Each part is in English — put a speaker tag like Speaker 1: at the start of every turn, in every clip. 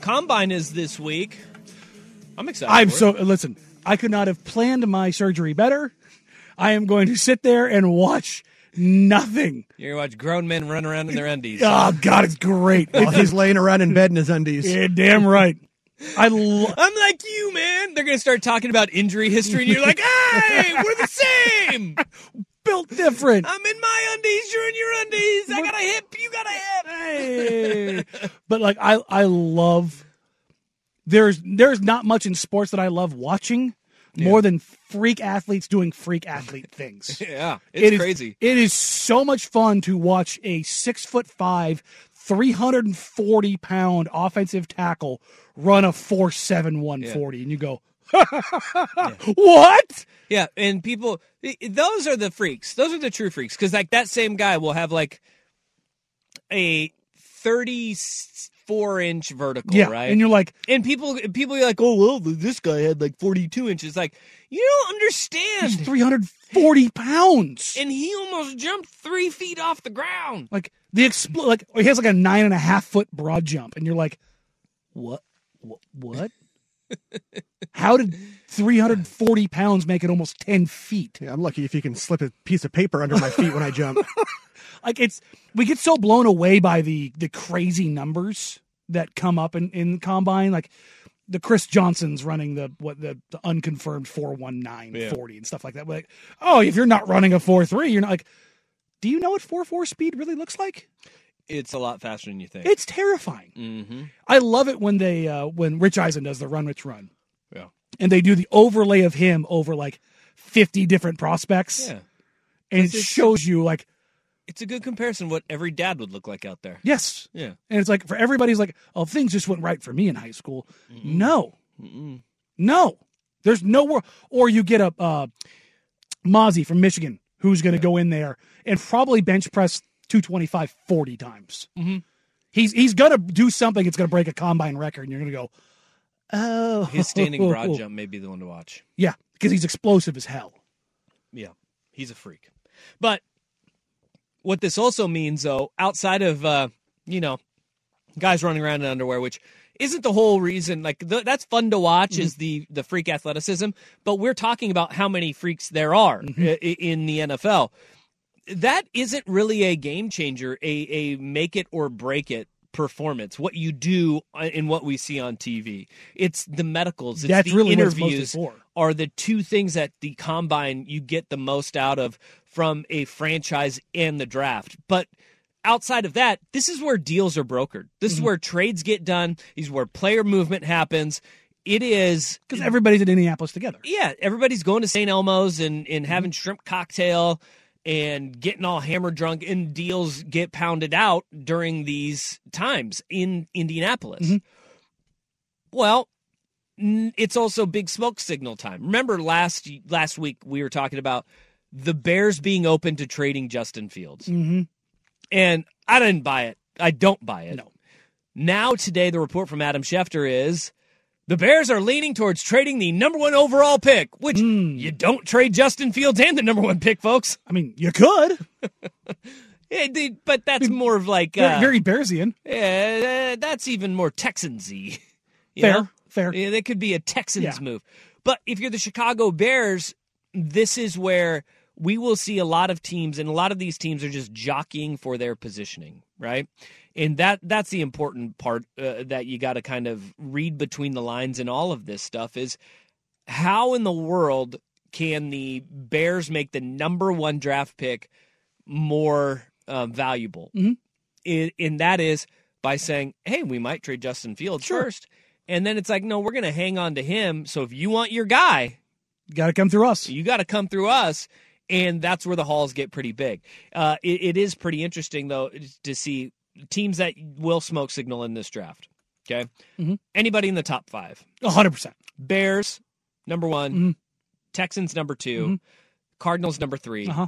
Speaker 1: Combine is this week. I'm excited.
Speaker 2: I'm
Speaker 1: for it.
Speaker 2: so listen. I could not have planned my surgery better. I am going to sit there and watch nothing.
Speaker 1: You're gonna watch grown men run around in their undies.
Speaker 2: Oh God, it's great.
Speaker 3: While he's laying around in bed in his undies.
Speaker 2: Yeah, damn right. I lo-
Speaker 1: I'm like you, man. They're gonna start talking about injury history, and you're like, "Hey, we're the same.
Speaker 2: built different.
Speaker 1: I'm in my undies. You're in your undies. I got a hip. You got a hip."
Speaker 2: Hey. but like I I love there's there's not much in sports that I love watching more than freak athletes doing freak athlete things.
Speaker 1: Yeah,
Speaker 2: It
Speaker 1: it's
Speaker 2: is-
Speaker 1: crazy.
Speaker 2: It is so much fun to watch a six foot five, 340 pound offensive tackle run a 4'7, 140. And you go, what?
Speaker 1: Yeah, and people, i- those are the freaks. Those are the true freaks. Because like that same guy will have like a 34 inch vertical,
Speaker 2: yeah.
Speaker 1: right?
Speaker 2: And you're like,
Speaker 1: And people, people are like, "Oh well, this guy had like 42 inches." Like, you don't understand.
Speaker 2: he's 340 pounds.
Speaker 1: and he almost jumped three feet off the ground.
Speaker 2: like, the expl- like, he has like a nine and a half foot broad jump. And you're like, what? What? what? How did 340 pounds make it almost 10 feet?
Speaker 3: Yeah, I'm lucky if you can slip a piece of paper under my feet when I jump.
Speaker 2: like it's we get so blown away by the the crazy numbers that come up in in combine like the Chris Johnson's running the what the, the unconfirmed 41940 and stuff like that like oh if you're not running a 43 you're not like do you know what 44 speed really looks like
Speaker 1: It's a lot faster than you think.
Speaker 2: it's terrifying
Speaker 1: mm-hmm.
Speaker 2: I love it when they uh when Rich Eisen does the run rich run
Speaker 1: Yeah.
Speaker 2: and they do the overlay of him over like 50 different prospects
Speaker 1: Yeah,
Speaker 2: and it
Speaker 1: This is-
Speaker 2: shows you like
Speaker 1: it's a good comparison. What every dad would look like out there.
Speaker 2: yes
Speaker 1: Yeah,
Speaker 2: And it's like for everybody's like, oh, things just went right for me in high school. No, no, there's no wor- Or you get a uh, Mozzie from Michigan who's going to go in there and probably bench press 225 40 times.
Speaker 1: Mm-hmm.
Speaker 2: He's he's going to do something. that's going to break a combine record, and you're going to go, oh,
Speaker 1: his standing broad jump may be the one to watch.
Speaker 2: Yeah, because he's explosive as hell.
Speaker 1: Yeah, he's a freak. But what this also means, though, outside of uh, you know guys running around in underwear, which isn't the whole reason. Like th- that's fun to watch
Speaker 2: Mm-hmm.
Speaker 1: is the the freak athleticism. But we're talking about how many freaks there are
Speaker 2: Mm-hmm.
Speaker 1: i- i- in the NFL. That isn't really a game changer, a a make it or break it performance. What you do uh, in what we see on TV, it's the medicals, it's
Speaker 2: That's
Speaker 1: the
Speaker 2: really what it's mostly
Speaker 1: interviews
Speaker 2: for.
Speaker 1: are the two things that the combine you get the most out of from a franchise and the draft. But outside of that, this is where deals are brokered. This is where trades get done. This is where player movement happens. It is
Speaker 2: Because everybody's in Indianapolis together. Mm-hmm.
Speaker 1: yeah, everybody's going to St. Elmo's and, and having shrimp cocktail and getting all hammered drunk, and deals get pounded out during these times in Indianapolis.
Speaker 2: Mm-hmm.
Speaker 1: Well, n- it's also big smoke signal time. Remember last last week we were talking about the Bears being open to trading Justin Fields,
Speaker 2: Mm-hmm.
Speaker 1: and I didn't buy it. I don't buy it.
Speaker 2: No.
Speaker 1: Now today, the report from Adam Schefter is the Bears are leaning towards trading the number one overall pick, which
Speaker 2: Hmm.
Speaker 1: you don't trade Justin Fields and the number one pick, folks.
Speaker 2: I mean, you could.
Speaker 1: Eh, they- But that's more of like
Speaker 2: Very,
Speaker 1: uh,
Speaker 2: very Bearsian.
Speaker 1: eh, that's even more Texansy. you
Speaker 2: Fair,
Speaker 1: know?
Speaker 2: fair.
Speaker 1: Yeah, that could be a Texans
Speaker 2: Yeah.
Speaker 1: move. But if you're the Chicago Bears, this is where we will see a lot of teams, and a lot of these teams are just jockeying for their positioning, right? and that that's the important part uh, that you got to kind of read between the lines in all of this stuff is how in the world can the Bears make the number one draft pick more uh, valuable? I- and that is by saying, "Hey, we might trade Justin Fields first. and then it's like, "No, we're going to hang on to him." So if you want your guy,
Speaker 2: Got to come through us.
Speaker 1: you got to come through us, and that's where the halls get pretty big. Uh, it, it is pretty interesting though to see teams that will smoke signal in this draft. Okay, anybody in the top five?
Speaker 2: A hundred percent.
Speaker 1: Bears number one, Texans number 2 Cardinals number 3
Speaker 2: Uh-huh.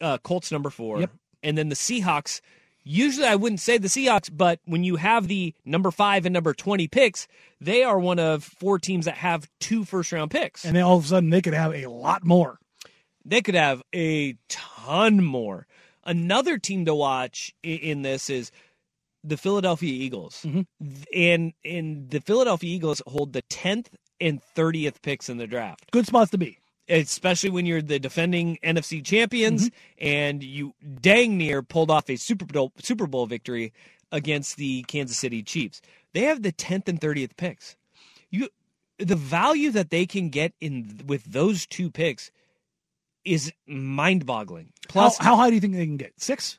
Speaker 1: uh, Colts number four,
Speaker 2: Yep.
Speaker 1: and then the Seahawks. Usually, I wouldn't say the Seahawks, but when you have the number five and number twenty picks, they are one of four teams that have two first round picks.
Speaker 2: And then all of a sudden they could have a lot more.
Speaker 1: they could have a ton more. Another team to watch i- in this is the Philadelphia Eagles,
Speaker 2: Mm-hmm.
Speaker 1: Th- and and the Philadelphia Eagles hold the tenth and thirtieth picks in the draft
Speaker 2: Good spots to be.
Speaker 1: especially when you're the defending NFC champions
Speaker 2: Mm-hmm.
Speaker 1: and you dang near pulled off a Super Bowl Super Bowl victory against the Kansas City Chiefs. They have the 10th and 30th picks. You the value that they can get in with those two picks is mind-boggling. Plus
Speaker 2: Plus, how, how high do you think they can get? Six?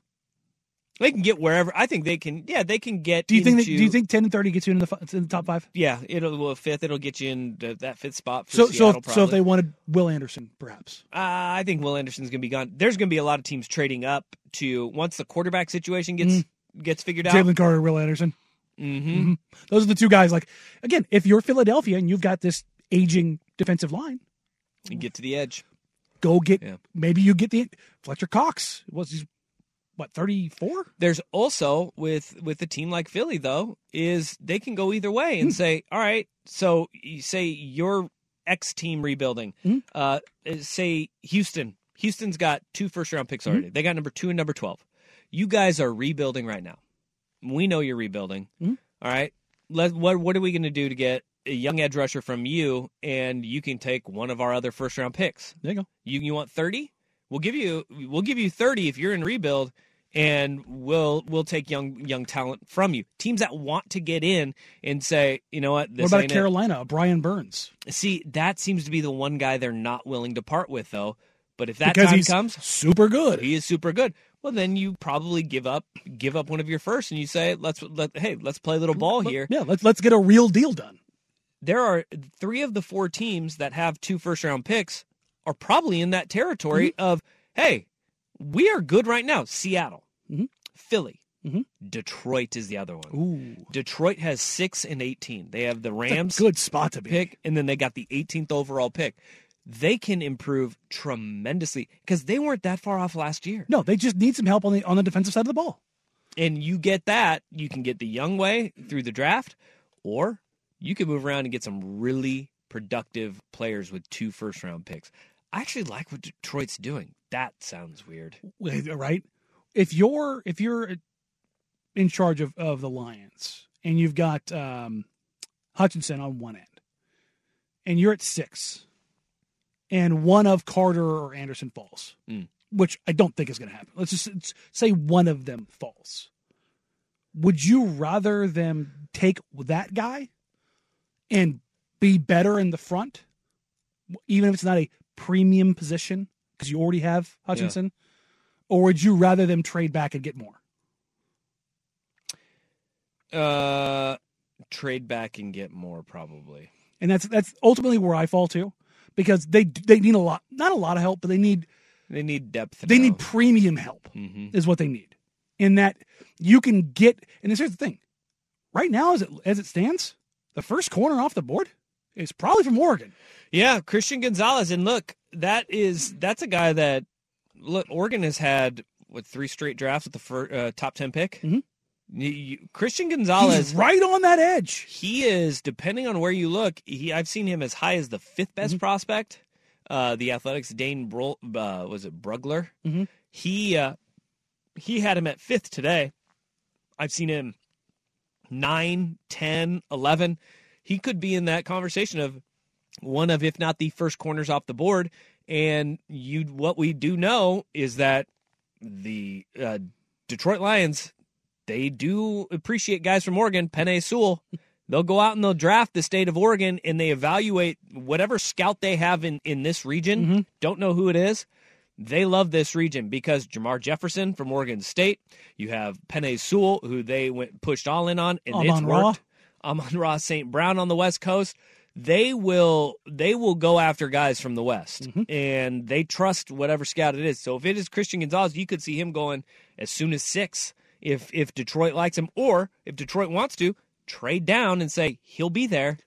Speaker 1: they can get wherever. I think they can yeah, they can get
Speaker 2: Do you think? That,
Speaker 1: into-
Speaker 2: do you think ten and thirty gets you into the, fi- to the top five?
Speaker 1: yeah, it'll well, fifth. It'll get you in th- that fifth spot. For
Speaker 2: So, so,
Speaker 1: Seattle,
Speaker 2: if, so if
Speaker 1: probably.
Speaker 2: they wanted Will Anderson, perhaps.
Speaker 1: Uh, I think Will Anderson's going to be gone. There's going to be a lot of teams trading up to once the quarterback situation gets gets figured out.
Speaker 2: Jalen Carter, Will Anderson.
Speaker 1: hmm
Speaker 2: Those are the two guys. Like again, if you're Philadelphia and you've got this aging defensive line,
Speaker 1: You get to the edge.
Speaker 2: go get.
Speaker 1: Yeah.
Speaker 2: Maybe you get the Fletcher Cox. Was he what thirty four?
Speaker 1: There's also with with a team like Philly though is they can go either way and say, all right, so you say your X team rebuilding. Uh, say Houston. Houston's got two first round picks already. They got number two and number twelve. You guys are rebuilding right now. We know you're rebuilding. All right. Let, what what are we going to do to get a young edge rusher from you, and you can take one of our other first round picks?
Speaker 2: There you go.
Speaker 1: You you want thirty? We'll give you we'll give you thirty if you're in rebuild, and we'll we'll take young young talent from you. Teams that want to get in and say, you know what, this
Speaker 2: what about
Speaker 1: ain't it.
Speaker 2: Carolina? Brian Burns
Speaker 1: See, that seems to be the one guy they're not willing to part with, though. But if that
Speaker 2: because
Speaker 1: time
Speaker 2: he's
Speaker 1: comes,
Speaker 2: super good.
Speaker 1: he is super good. Well, then you probably give up give up one of your first, and you say, let's let hey, let's play a little ball here.
Speaker 2: Yeah, let's let's get a real deal done.
Speaker 1: there are three of the four teams that have two first round picks are probably in that territory
Speaker 2: Mm-hmm.
Speaker 1: of hey we are good right now seattle philly detroit is the other one
Speaker 2: Mm-hmm. Ooh,
Speaker 1: detroit has 6 and 18 they have the rams
Speaker 2: good spot to be.
Speaker 1: pick and then they got the 18th overall pick they can improve tremendously because they weren't that far off last year
Speaker 2: No, they just need some help on the on the defensive side of the ball.
Speaker 1: and you get that, you can get the young way through the draft, or you can move around and get some really productive players with two first round picks. I actually like what Detroit's doing. That sounds weird.
Speaker 2: Wait, right? If you're if you're in charge of, of the Lions and you've got um, Hutchinson on one end, and you're at six, and one of Carter or Anderson falls,
Speaker 1: Mm.
Speaker 2: which I don't think is going to happen. Let's just s- say one of them falls. Would you rather them take that guy and be better in the front, even if it's not a premium position because you already have Hutchinson? Or would you rather them trade back and get more?
Speaker 1: Uh, trade back and get more probably.
Speaker 2: and that's that's ultimately where I fall to, because they they need a lot, not a lot of help, but they need
Speaker 1: They need depth.
Speaker 2: they need premium help
Speaker 1: hmm
Speaker 2: is what they need. In that you can get, and this here's the thing, right now as it as it stands, the first corner off the board is probably from Oregon.
Speaker 1: Yeah, Christian Gonzalez, and look, that is that's a guy that look Oregon has had what three straight drafts with the fir- uh, top ten pick.
Speaker 2: Mhm.
Speaker 1: You- you- Christian
Speaker 2: He's
Speaker 1: Gonzalez
Speaker 2: right on that edge.
Speaker 1: He is, depending on where you look, he I've seen him as high as the fifth best prospect. Uh, the Athletics Dane Brol, uh, was it Brugler?
Speaker 2: Mhm.
Speaker 1: He uh, he had him at fifth today. I've seen him nine, ten, eleven. He could be in that conversation of one of, if not the first corners off the board. And you, what we do know is that the uh, Detroit Lions they do appreciate guys from Oregon, Penny Sewell. They'll go out and they'll draft the state of Oregon and they evaluate whatever scout they have in, in this region. Don't know who it is. They love this region because Jamar Jefferson from Oregon State. You have Penny Sewell, who they went pushed all in on, and it's
Speaker 2: Amon Ra.
Speaker 1: worked. Amon Ross St. Brown on the West Coast. They will they will go after guys from the West
Speaker 2: Mm-hmm.
Speaker 1: and they trust whatever scout it is. So if it is Christian Gonzalez, you could see him going as soon as six if if Detroit likes him, or if Detroit wants to, trade down and say he'll be there.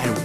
Speaker 4: and